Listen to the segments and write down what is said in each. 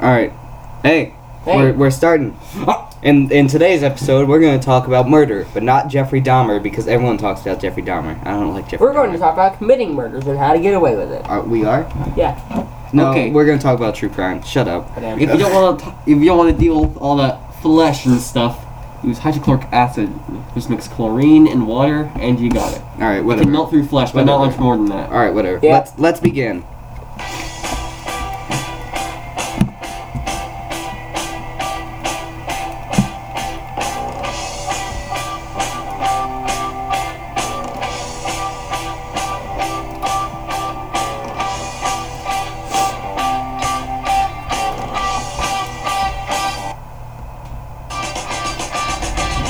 All right. Hey, Hey. We're, we're starting. In, in today's episode, we're going to talk about murder, but not Jeffrey Dahmer because everyone talks about Jeffrey Dahmer. I don't like Jeffrey We're going to talk about committing murders and how to get away with it. Are, we are? Yeah. No, Okay. we're going to talk about true crime. Shut up. Whatever. If you don't want to, if you don't want to deal with all that flesh and stuff, use hydrochloric acid, which mix chlorine and water, and you got it. All right, It whatever. can melt through flesh, but not much more than that. All right, whatever. Yeah. Let's let's begin.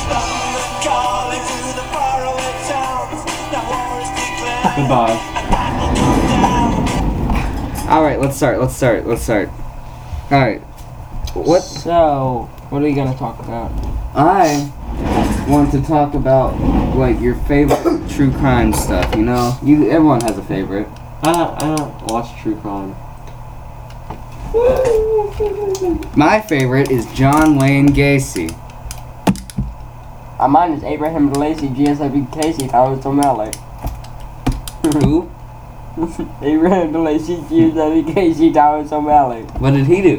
Calling to the faraway towns. Now war is declared. Goodbye. All right, let's start. Let's start. Let's start. All right. What So, what are we going to talk about? I want to talk about like your favorite true crime stuff, you know? You everyone has a favorite. I don't, I don't watch true crime. My favorite is John Wayne Gacy. Uh, mine is Abraham Lacey, GSIB Casey, Thomas O'Malley. Who? Abraham Lacey, GSIB Casey, Thomas O'Malley. What did he do?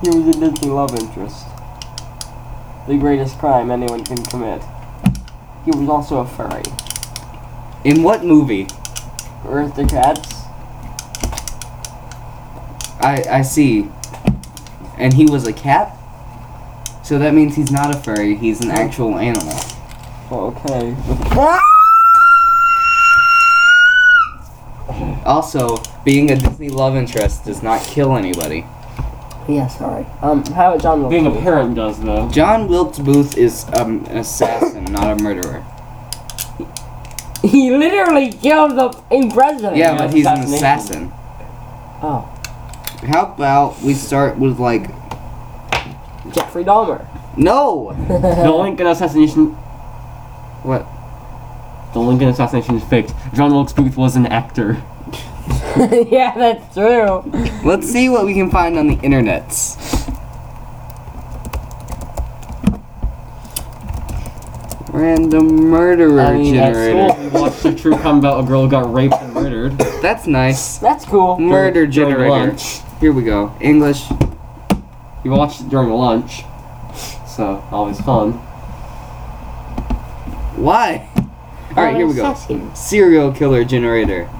He was a Disney love interest. The greatest crime anyone can commit. He was also a furry. In what movie? Aristocrats? I I see. And he was a cat? So that means he's not a furry, he's an actual animal. Okay. Also, being a Disney love interest does not kill anybody. yeah, sorry. Um, how about John Being a Wilkes? parent does though. John Wilkes Booth is um, an assassin, not a murderer. He literally killed the f***ing president. Yeah, but he's an assassin. assassination. Oh, How about we start with like Jeffrey Dahmer. no? The Lincoln assassination. What? The Lincoln assassination is faked. John Wilkes Booth was an actor. yeah, that's true. Let's see what we can find on the internets. Random murderer I mean, that's generator. Well, we watched a true crime about a girl who got raped and murdered. That's, nice. That's cool. Murder during generator. lunch. Here we go. English. You watched it during lunch, so always fun. Why? All right, here we go. Assassin. Serial killer generator.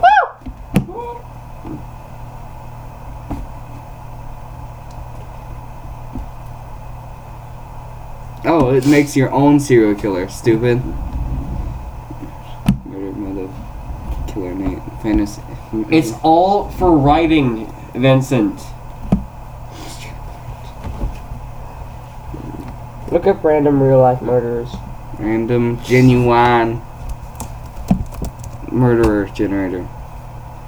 Oh, it makes your own serial killer. Stupid. Murder motive. Killer name. Fantasy. It's all for writing, Vincent. Look up random real life murderers. random, genuine murderer generator.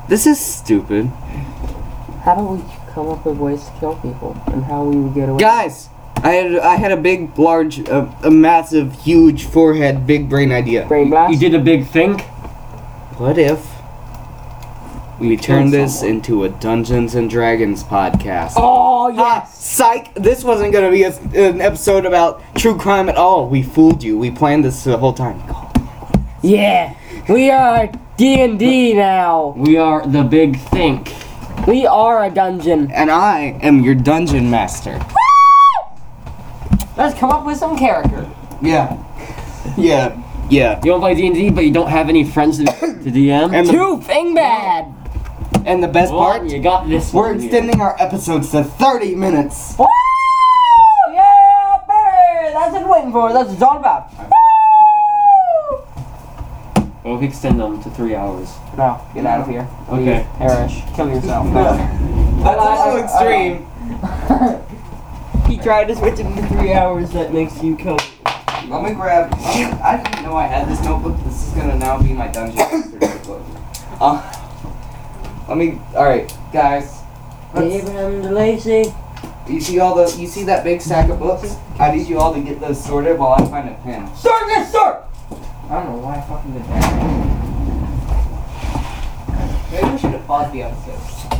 This is stupid. How do we come up with ways to kill people and how we would get away? Guys, I had I had a big, large, uh, a massive, huge forehead, big brain idea. Brain blast. You did a big think. What if we turn killed this someone. into a Dungeons and Dragons podcast? Oh Ha! yes. Psych! This wasn't gonna be a, an episode about true crime at all. We fooled you. We planned this the whole time. Yeah. We are D and D now. We are the big think. We are a dungeon. And I am your dungeon master. Let's come up with some character. Yeah. Yeah. Yeah. You don't play D and D, but you don't have any friends to, to DM. And the, Two thing bad. and the best Well, part, you got this. we're one here. extending our episodes to 30 minutes. Woo! Yeah, baby. That's what I'm waiting for. That's what it's all about. Woo! We'll extend them to three hours. No, get out of here. Okay. Perish. Kill yourself. That's I- I- he tried to switch it to three hours. That makes you kill. Let me grab. let me- I didn't know I had this notebook. This is gonna now be my dungeon master notebook. Uh, let me. All right, guys. Let's, Abraham DeLacy. you see all the. You see that big stack of books? I need you all to get those sorted while I find a pen. Sir, yes, sir. I don't know why I fucking did that. Maybe we should have paused the episode.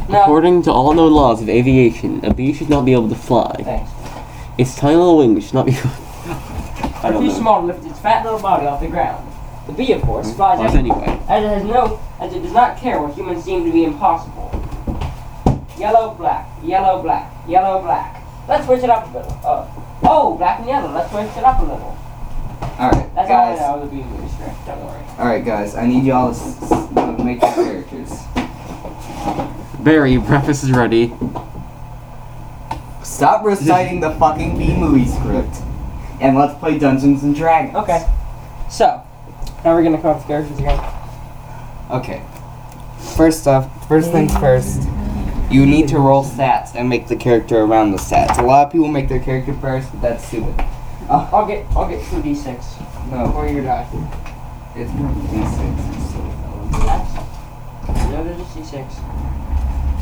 No. According to all known laws of aviation, a bee should not be able to fly. Thanks. Its tiny little wings should not be. I don't too know. small to lift its fat little body off the ground. The bee, of course, flies Flies out anyway. as it has no, as it does not care what humans deem to be impossible. Yellow, black, yellow, black, yellow, black. Let's switch it up a little. Oh, oh, black and yellow. Let's switch it up a little. Alright, That's guys. all I know of the bee industry. Don't worry. Alright, guys, I need y'all to s- s- make your characters. Barry, breakfast is ready. Stop reciting the fucking B movie script. And let's play Dungeons and Dragons. Okay. So, now we're gonna come up with characters again. Okay. First off, first things first, you need to roll stats and make the character around the stats. A lot of people make their character first, but that's stupid. I'll get, I'll get two d6 No, before you die. it's probably D6. you silly fellow. That's, no, there's a c6.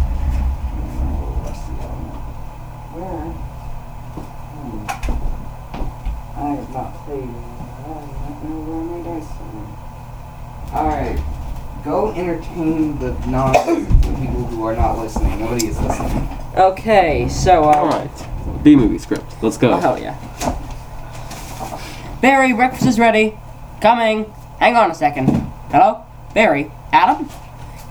Oh, I see that one. Where? Hmm. I have not played. in a while. I don't know where my dice are. Alright, go entertain the non the people who are not listening. Nobody is listening. Okay, so uh, Alright. B movie script. Let's go. oh hell yeah. Barry, breakfast is ready. Coming. Hang on a second. Hello, Barry. Adam,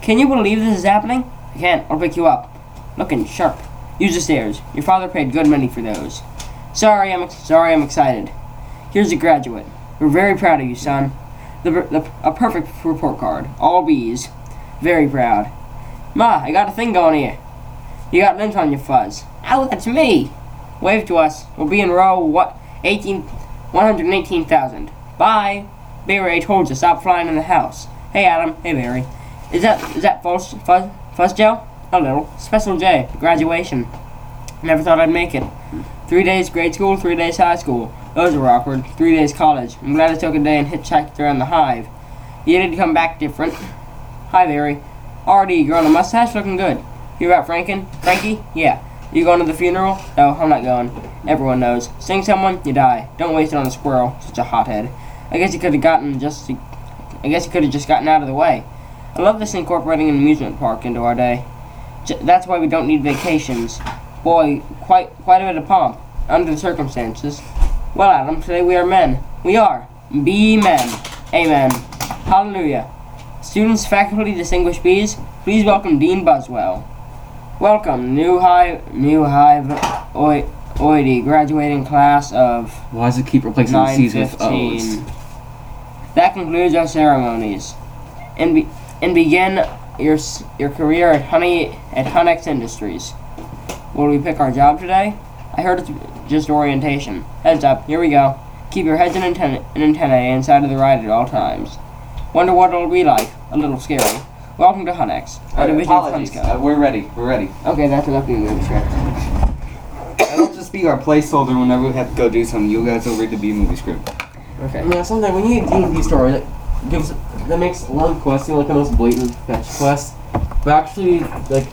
can you believe this is happening? I can't. I'll pick you up. Looking sharp. Use the stairs. Your father paid good money for those. Sorry, I'm ex- sorry. I'm excited. Here's a graduate. We're very proud of you, son. The, per- the, a perfect report card. All B's. Very proud. Ma, I got a thing going here. You got lint on your fuzz. Oh, that's me. Wave to us. We'll be in row what 18, 118,000. Bye. Barry I told you stop flying in the house. Hey Adam. Hey Barry. Is that is that false fuzz fuzz gel? A little. Special J. Graduation. Never thought I'd make it. Three days grade school, three days high school. Those were awkward. Three days college. I'm glad I took a day and hitchhiked around the hive. You did come back different. Hi Barry. Already growing a mustache, looking good. You about Franken? Frankie? Yeah. You going to the funeral? No, I'm not going. Everyone knows. Sing someone, you die. Don't waste it on a squirrel. Such a hothead. I guess you could have gotten just. I guess you could have just gotten out of the way. I love this incorporating an amusement park into our day. J- that's why we don't need vacations. Boy, quite quite a bit of pomp under the circumstances. Well, Adam, today we are men. We are be men. Amen. Hallelujah. Students, faculty, distinguished bees, please welcome Dean Buswell. Welcome, new high, new high, oi, oidy, graduating class of Why does it keep replacing the nine C's with O's? fifteen. That concludes our ceremonies, and be, and begin your s- your career at Honey at Hunex Industries. Will we pick our job today? I heard it's just orientation. Heads up, here we go. Keep your heads and antenna, and antennae inside of the ride at all times. Wonder what it'll be like. A little scary. Welcome to Hunex, a Alright, division of apologies. Hunsco. Uh, we're ready. We're ready. Okay, that's enough of the script. That'll just be our placeholder whenever we have to go do something. You guys will read the B movie script. Okay. Yeah, sometimes when you get a D&D story that gives that makes one quest seem like the most blatant fetch quest, but actually like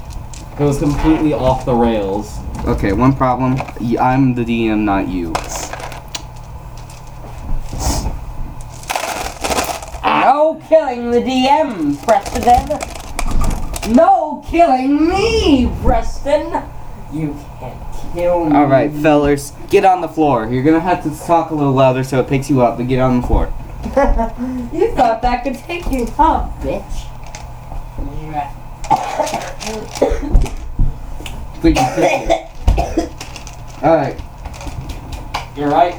goes completely off the rails. Okay, one problem. Y- I'm the DM, not you. No killing the DM, Preston. No killing me, Preston. You can't kill me. All right, fellers, get on the floor. You're gonna have to talk a little louder so it picks you up. But get on the floor. you thought that could take you, huh, bitch? Yeah. Freaking sister. All right. You're right.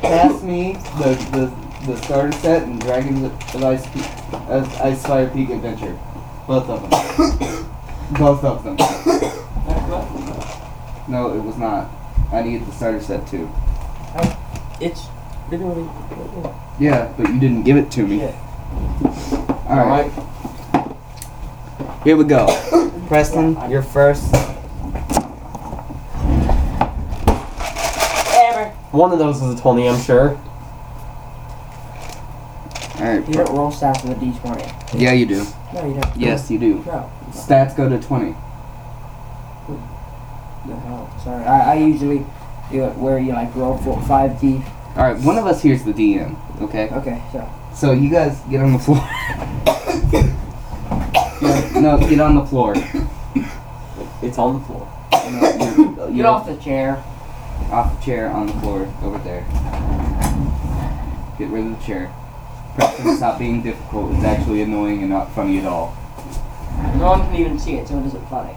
Pass me the the, the starter set and Dragons of Ice Peak, of Ice Fire Peak Adventure. Both of them. Both of them. No, it was not. I needed the starter set too. It's literally. Yeah, but you didn't give it to me. Yeah. All right. Here we go. Preston, you're first. Ever. One of those is a twenty, I'm sure. All right. You don't roll south of the d20. Yeah, you do. No, you don't. Yes, you do. No. Stats go to 20. No, hell. Sorry. I, I usually do it where you like roll four, five d. All right, one of us here's the DM, okay? Okay, so. So you guys get on the floor. no, no, get on the floor. It's on the floor. No, Get off the chair. off the chair on the floor over there. Get rid of the chair. Preston, stop being difficult. It's actually annoying and not funny at all. No one can even see it, so it isn't funny.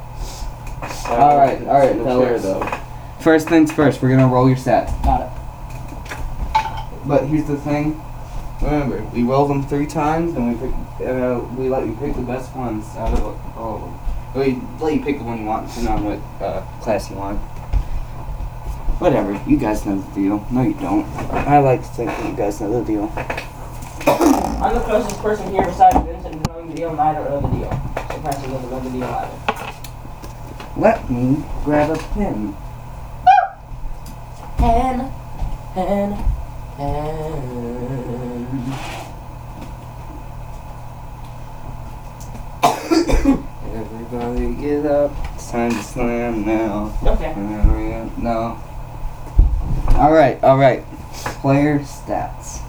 All right, all right, The fellas. chair, though. First things first, we're gonna roll your stats. Got it. But here's the thing. Remember, we roll them three times, and we pick, uh, we let you pick the best ones out of all of them. We let you pick the one you want, depending on what uh, class you want. Whatever, you guys know the deal. No, you don't. I like to think that you guys know the deal. I'm the closest person here besides Vincent to knowing the deal, and I don't know the deal. So Preston doesn't know the deal either. Let me grab a pen. Hen, hen, hen. Everybody get up. It's time to slam now. Okay. Hurry up. No. Alright, alright. Player stats.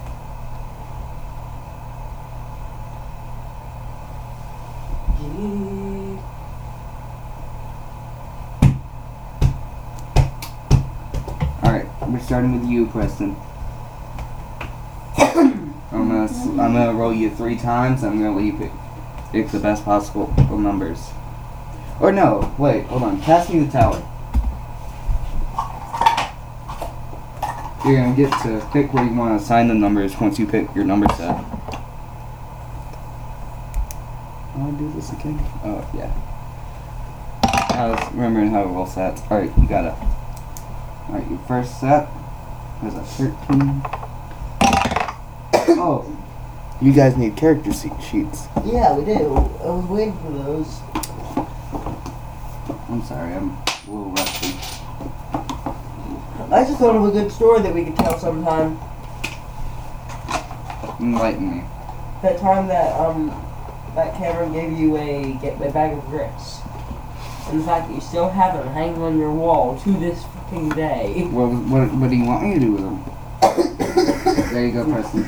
Alright, we're starting with you, Preston. I'm gonna, s- I'm gonna roll you three times. I'm gonna let you pick, pick the best possible numbers. Or no, wait, hold on. Pass me the tower. You're gonna get to pick where you want to assign the numbers once you pick your number set. I'll do this again. Oh yeah. I was remembering how to roll sets. All right, you got it. All right, your first set was a thirteen. Oh, you guys need character se- sheets. Yeah, we do. I was waiting for those. I'm sorry, I'm a little rusty. I just thought of a good story that we could tell sometime. Enlighten me. That time that um that Cameron gave you a get a bag of grips, And the fact that you still have them hanging on your wall to this fucking day. What, what, what do you want me to do with them? there you go, Preston.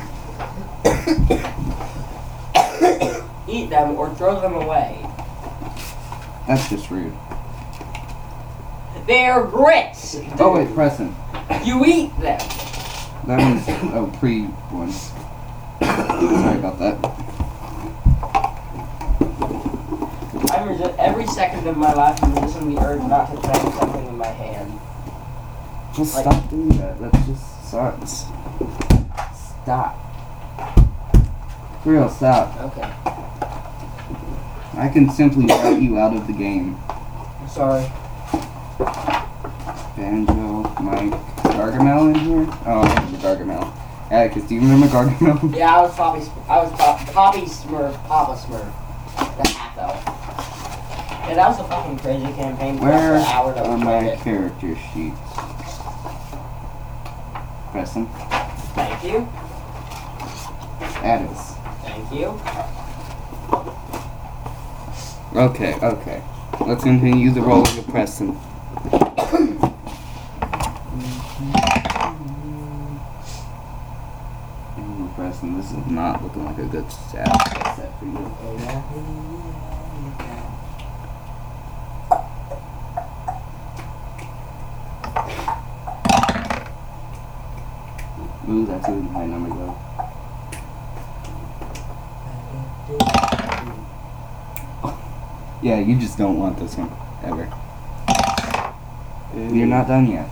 Eat them or throw them away. That's just rude. They're grits. Oh wait, Preston. You eat them. That one's a pre one. Sorry about that. I resent every second of my life and resisting the urge not to grab something in my hand. Just Like- stop doing that. That's just sucks. Stop. For real, stop. Okay. I can simply write you out of the game. I'm sorry. Banjo, Mike, Gargamel in here? Oh, I remember Gargamel. Atticus, do you remember Gargamel? Yeah, I was Poppy. Smurf- I was Pop- Poppy Smurf. Papa Smurf. The half elf. Yeah, that was a fucking crazy campaign. for Where an hour that are we played Oh my it. character sheets? Preston, Thank you. Atticus. Thank you. Okay, okay. Let's continue the rolling of Preston. Ooh, Preston, this is not looking like a good stat set for you. Ooh, that's a high number though. Yeah, you just don't want this one ever. You're not done yet.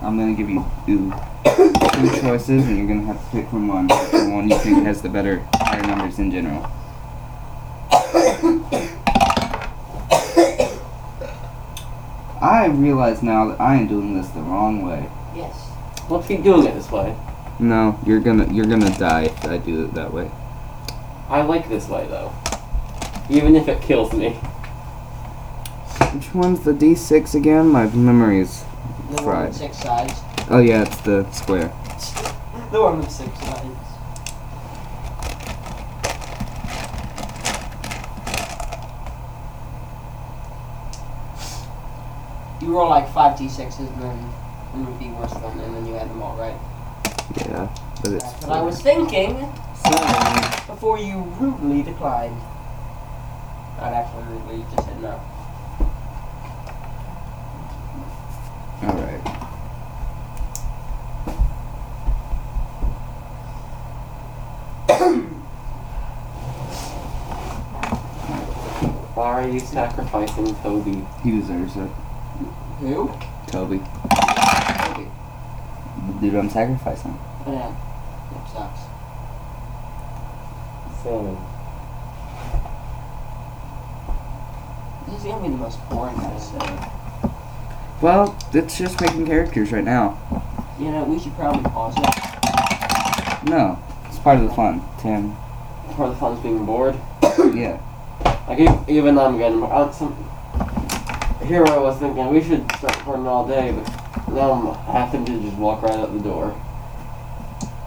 I'm gonna give you two, two choices, and you're gonna have to pick from one. The one you think has the better higher numbers in general. I realize now that I am doing this the wrong way. Yes. Let's keep doing it this way. No, you're gonna you're gonna die if I do it that way. I like this way though. Even if it kills me. Which one's the D6 again? My memory is. The one Fried. with six sides. Oh yeah, it's the square. The one with six sides. You roll like five d6s and then it would be worse than, and then you add them all, right? Yeah, but it's. But I was thinking Sorry. before you rudely declined. I'd actually read what you just said now. Alright. Why are you sacrificing Toby? He deserves it. Who? Toby. The dude I'm sacrificing. Yeah. uh, That sucks. Salmon. This is gonna be the most boring episode. Well, it's just making characters right now. You know, we should probably pause it. No. It's part of the fun, Tim. Part of the fun's being bored. Yeah. Like e- even I'm getting on some. Here I was thinking we should start recording all day, but now I'm having to just walk right out the door.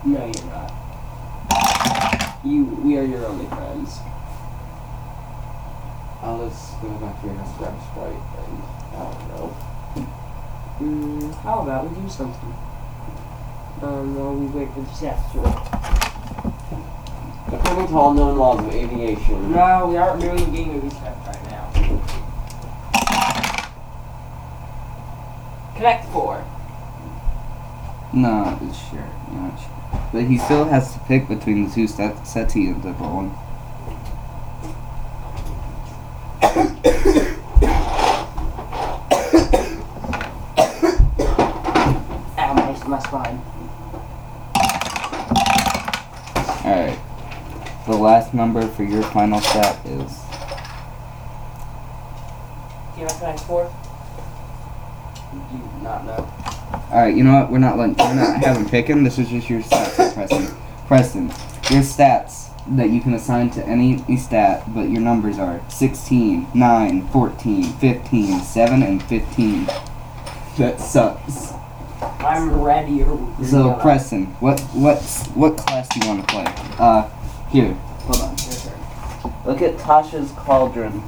No, you're not. You, we are your only friends. I'll just go back here and grab a sprite and I don't know. Mm, how about we do something? Um, while we wait for the disaster. According to all known laws of aviation, No, we aren't doing game movie stuff right now. Connect four. No, it's sure. Not sure. But he still has to pick between the two set- sets he ends up rolling. Ow, my, my spine. Alright. The last number for your final set is. Do you have connect four? You do not know. Alright, you know what? We're not letting, we're not having picking. This is just your stats, Preston. Preston, your stats that you can assign to any, any stat, but your numbers are 16, 9, 14, 15, 7, and 15. That sucks. I'm ready. or- So, Preston, what what what class do you want to play? Uh, here, hold on. Your turn. Look at Tasha's cauldron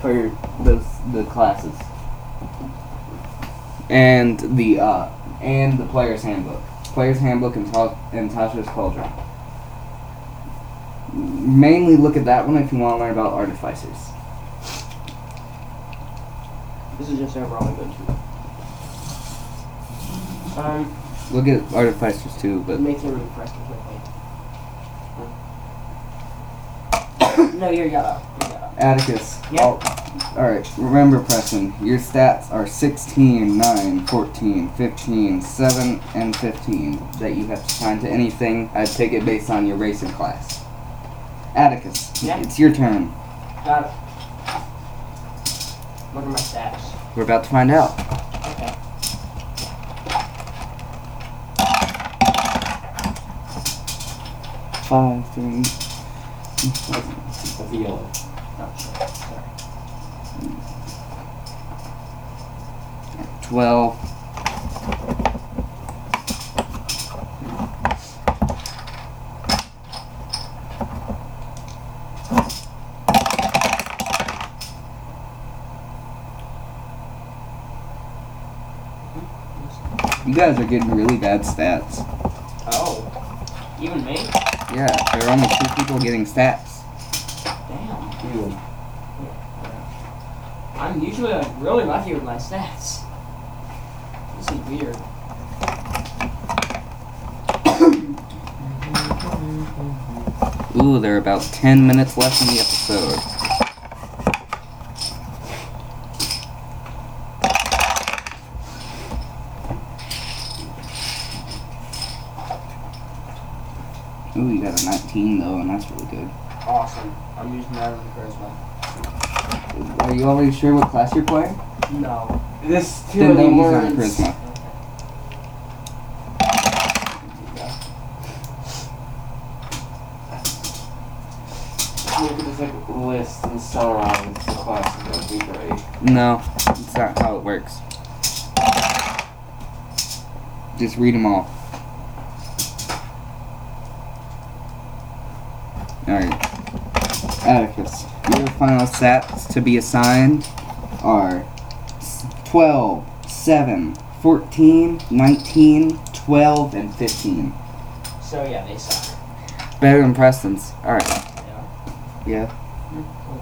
for those the classes. And the uh and the player's handbook. Player's handbook and, Ta- and Tasha's cauldron. Mainly look at that one if you want to learn about artificers. This is just overall a good two. Um, Look at artificers too, but make it really press quickly. no, you're yellow. You're yellow. Atticus. Yeah. Alright, remember Preston, your stats are 16, 9, 14, 15, 7, and 15 that you have to assign to anything. I take it based on your racing class. Atticus, Yeah. it's your turn. Got it. What are my stats? We're about to find out. Okay. Five, three. that's yellow. Oh, shit. Sorry. 12. You guys are getting really bad stats. Oh. Even me? Yeah, there are only two people getting stats. Damn. You. I'm usually like really lucky with my stats. This is weird. Ooh, there are about 10 minutes left in the episode. Ooh, you got a 19 though, and that's really good. Awesome. I'm using that as a charisma. Are you already sure what class you're playing? No. This too Then many don't use that words. charisma. We could just like list and summarize the class. That'd be great. No, it's not how it works. Just read them all. Alright. Atticus, your final stats to be assigned are s- 12, 7, 14, 19, 12, and 15. So yeah, they suck. Better than Preston's. Alright. Yeah. Yeah. Cool.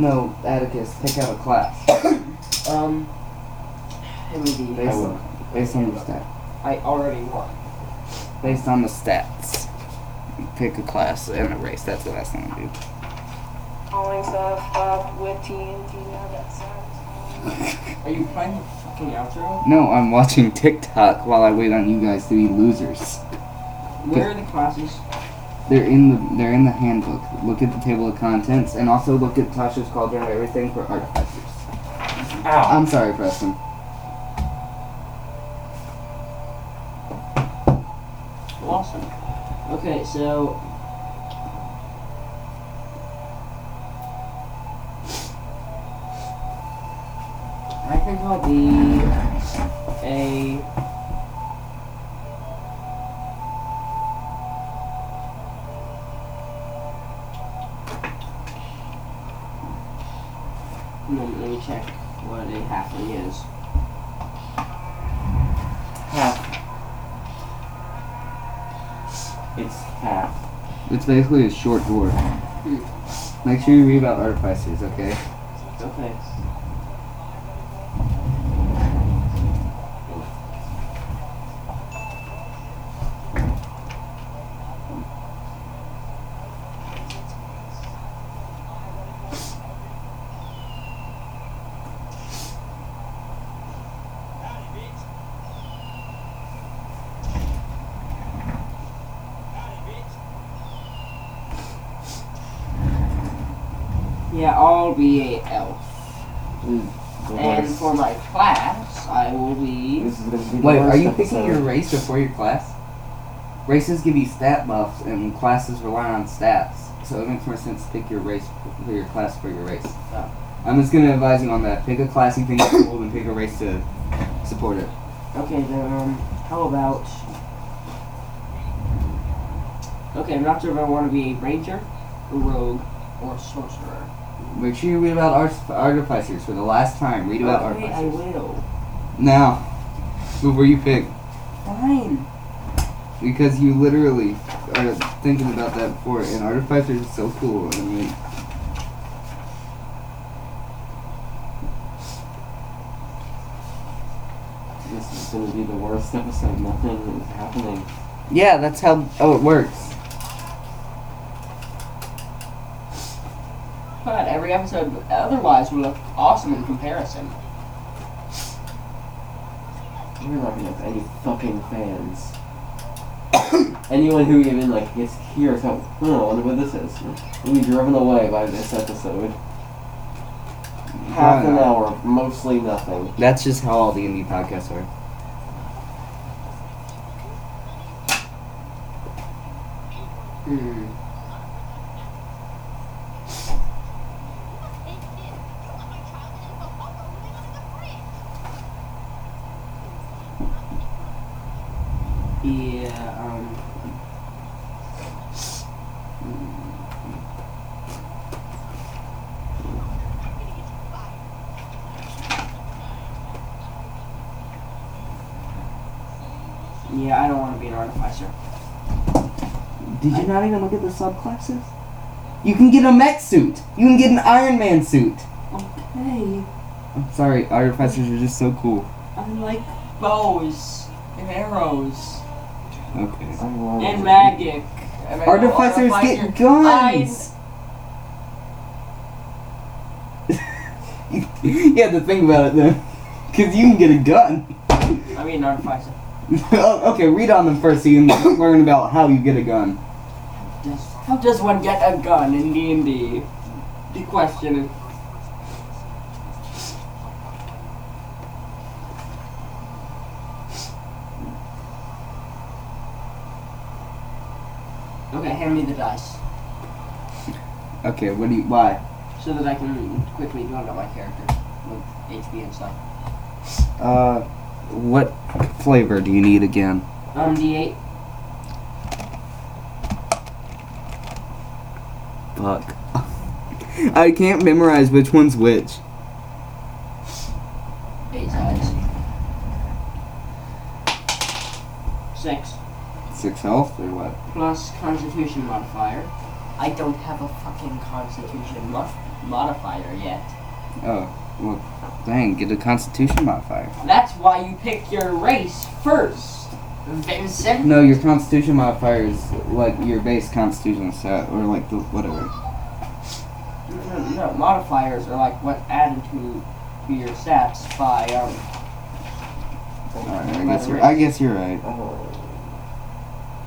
No, Atticus, pick out a class. Um, MD. Based on, based on the stat. I already won. Based on the stats. Pick a class and a race. That's what I was gonna do. Calling stuff up with TNT now that sounds. Are you playing the fucking outro? No, I'm watching TikTok while I wait on you guys to be losers. Where are the classes? They're in the they're in the handbook. Look at the table of contents and also look at Tasha's cauldron and everything for artificers. Ow. I'm sorry, Preston. Awesome. Okay, so. I think I'll be a. Let me, let me check what a halfling is. Half. It's half. It's basically a short dwarf. Make sure you read about artificers, okay? Okay. Yeah, I'll be a elf. And Voice. for my class, I will be. This is gonna be the Wait, worst are you episode. picking your race before your class? Races give you stat buffs, and classes rely on stats. So it makes more sense to pick your race for your class for your race. Oh. I'm just gonna advise you on that. Pick a class you think is cool, and pick a race to support it. Okay, then, um, how about. Okay, I'm not sure if I want to be a ranger, a rogue, or a sorcerer. Make sure you read about artif- artificers for the last time. Read about Okay, I artificers. will. Now, who were you picked? Fine. Because you literally are thinking about that before, and artificers is so cool. I mean, This is gonna be the worst episode. Nothing is happening. yeah, that's how oh it works. But every episode otherwise will look awesome in comparison. We're not gonna have any fucking fans. Anyone who even like gets curious, how hmm, I wonder what this is. Will be driven away by this episode. Half an Why not? hour, of mostly nothing. That's just how all the indie podcasts are. Hmm. Yeah, um. Yeah, I don't want to be an artificer. Did you not even look at the subclasses? You can get a mech suit. You can get an Iron Man suit. Okay. I'm sorry, artificers are just so cool. I like bows and arrows Okay. I love and it. magic. And I know Artificers artificer- get guns. you have to think about it then, because you can get a gun. I, I mean, artificer. oh, okay, read on them first so you can learn about how you get a gun. Does, how does one get a gun in D and D? The question is. Okay, hand me the dice Okay, what do you? Why? so that I can quickly build up my character with HP and stuff. Uh, what flavor do you need again? Um, D8. Fuck. I can't memorize which one's which. Eight sides. Six. Six health or what? Plus constitution modifier. I don't have a fucking constitution mod- modifier yet. Oh, well, dang, get a constitution modifier. That's why you pick your race first, Vincent. No, your constitution modifier is like your base constitution set, or like the whatever. No, no, modifiers are like what's added to, to your stats by um. Alright, I guess you're, I guess you're right. Oh,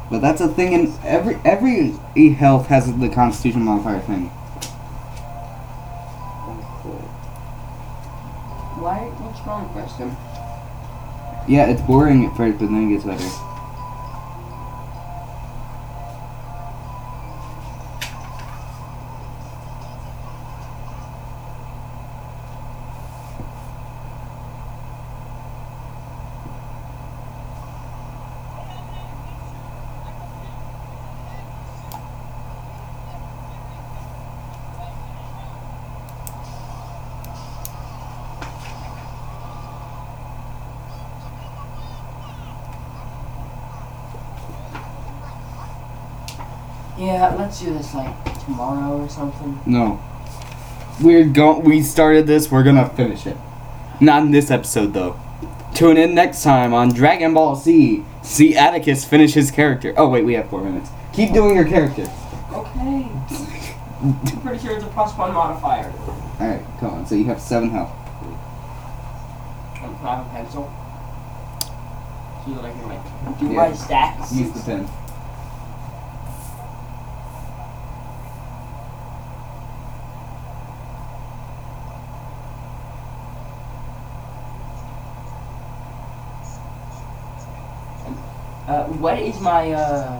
But that's a thing in every every e health has the constitution modifier thing. cool. Why? What's wrong, question? Yeah, it's boring at first, but then it gets better. Yeah, let's do this like tomorrow or something. No, we're going. We started this. We're gonna finish it. Not in this episode though. Tune in next time on Dragon Ball Z. See Atticus finish his character. Oh wait, we have four minutes. Keep doing your character. Okay. I'm pretty sure it's a plus one modifier. All right, come on. So you have seven health. And I have a pencil. So that I can like do Yeah. my stats. Use the pen. Uh, what is my uh?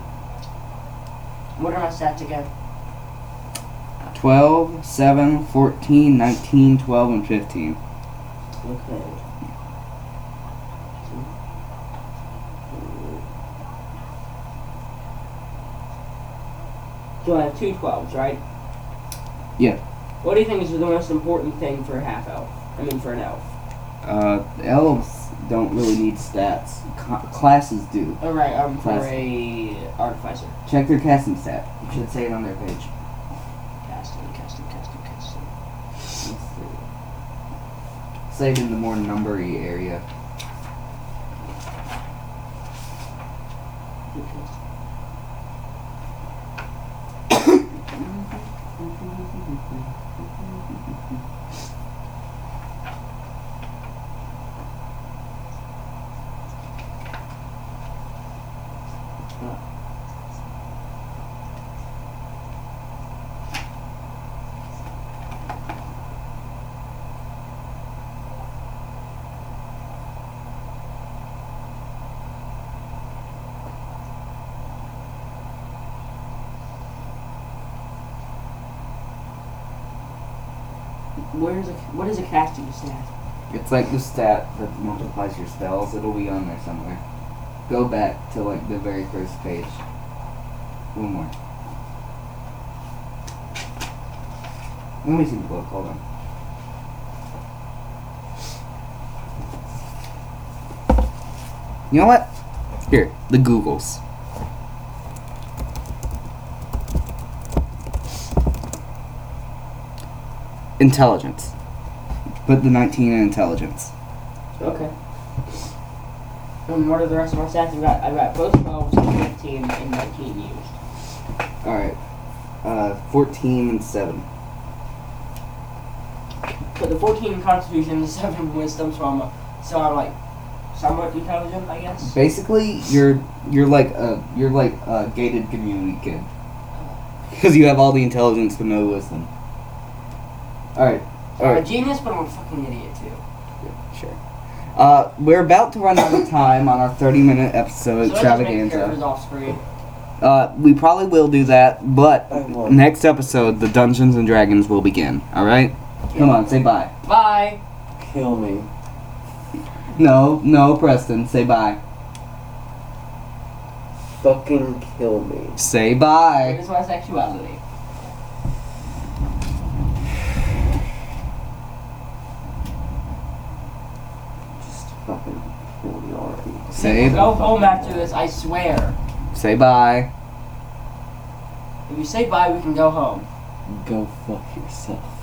What are my stats again? 12, 7, 14, 19, 12, and 15. Okay. So I have two twelves, right? Yeah. What do you think is the most important thing for a half elf? I mean, for an elf. Uh, elves don't really need stats. Co- classes do. All right, um, for Class. a artificer. Check their casting stat. You should say it on their page. Casting, casting, casting, casting. Say it in the more numbery area. Where is a what is a casting stat? It's like the stat that multiplies your spells. It'll be on there somewhere. Go back to like the very first page. One more. Let me see the book. Hold on. You know what? Here, the Googles. Intelligence. Put the 19 in intelligence. Okay. And what are the rest of my stats? I've got I've got both twelves, fifteen, and nineteen used. Alright. Uh, 14 and 7. So the fourteen constitution, the seven wisdom, so I'm a, so I'm like somewhat intelligent, I guess. Basically, you're you're like a you're like a gated community kid. Because you have all the intelligence but no wisdom. Alright. I'm a Alright. genius, but I'm a fucking idiot too. Sure. Uh, we're about to run out of time on our 30 minute episode so let's make characters extravaganza. off screen. Uh, we probably will do that, but Oh, I will. next episode, the Dungeons and Dragons will begin. Alright? Come on, say bye. Bye. Kill me. No, no, Preston, say bye. Fucking kill me. Say bye. Here's my sexuality. Just fucking kill me already. Say Go home after this, I swear. say bye. If If you say bye, we can go home. Go fuck yourself.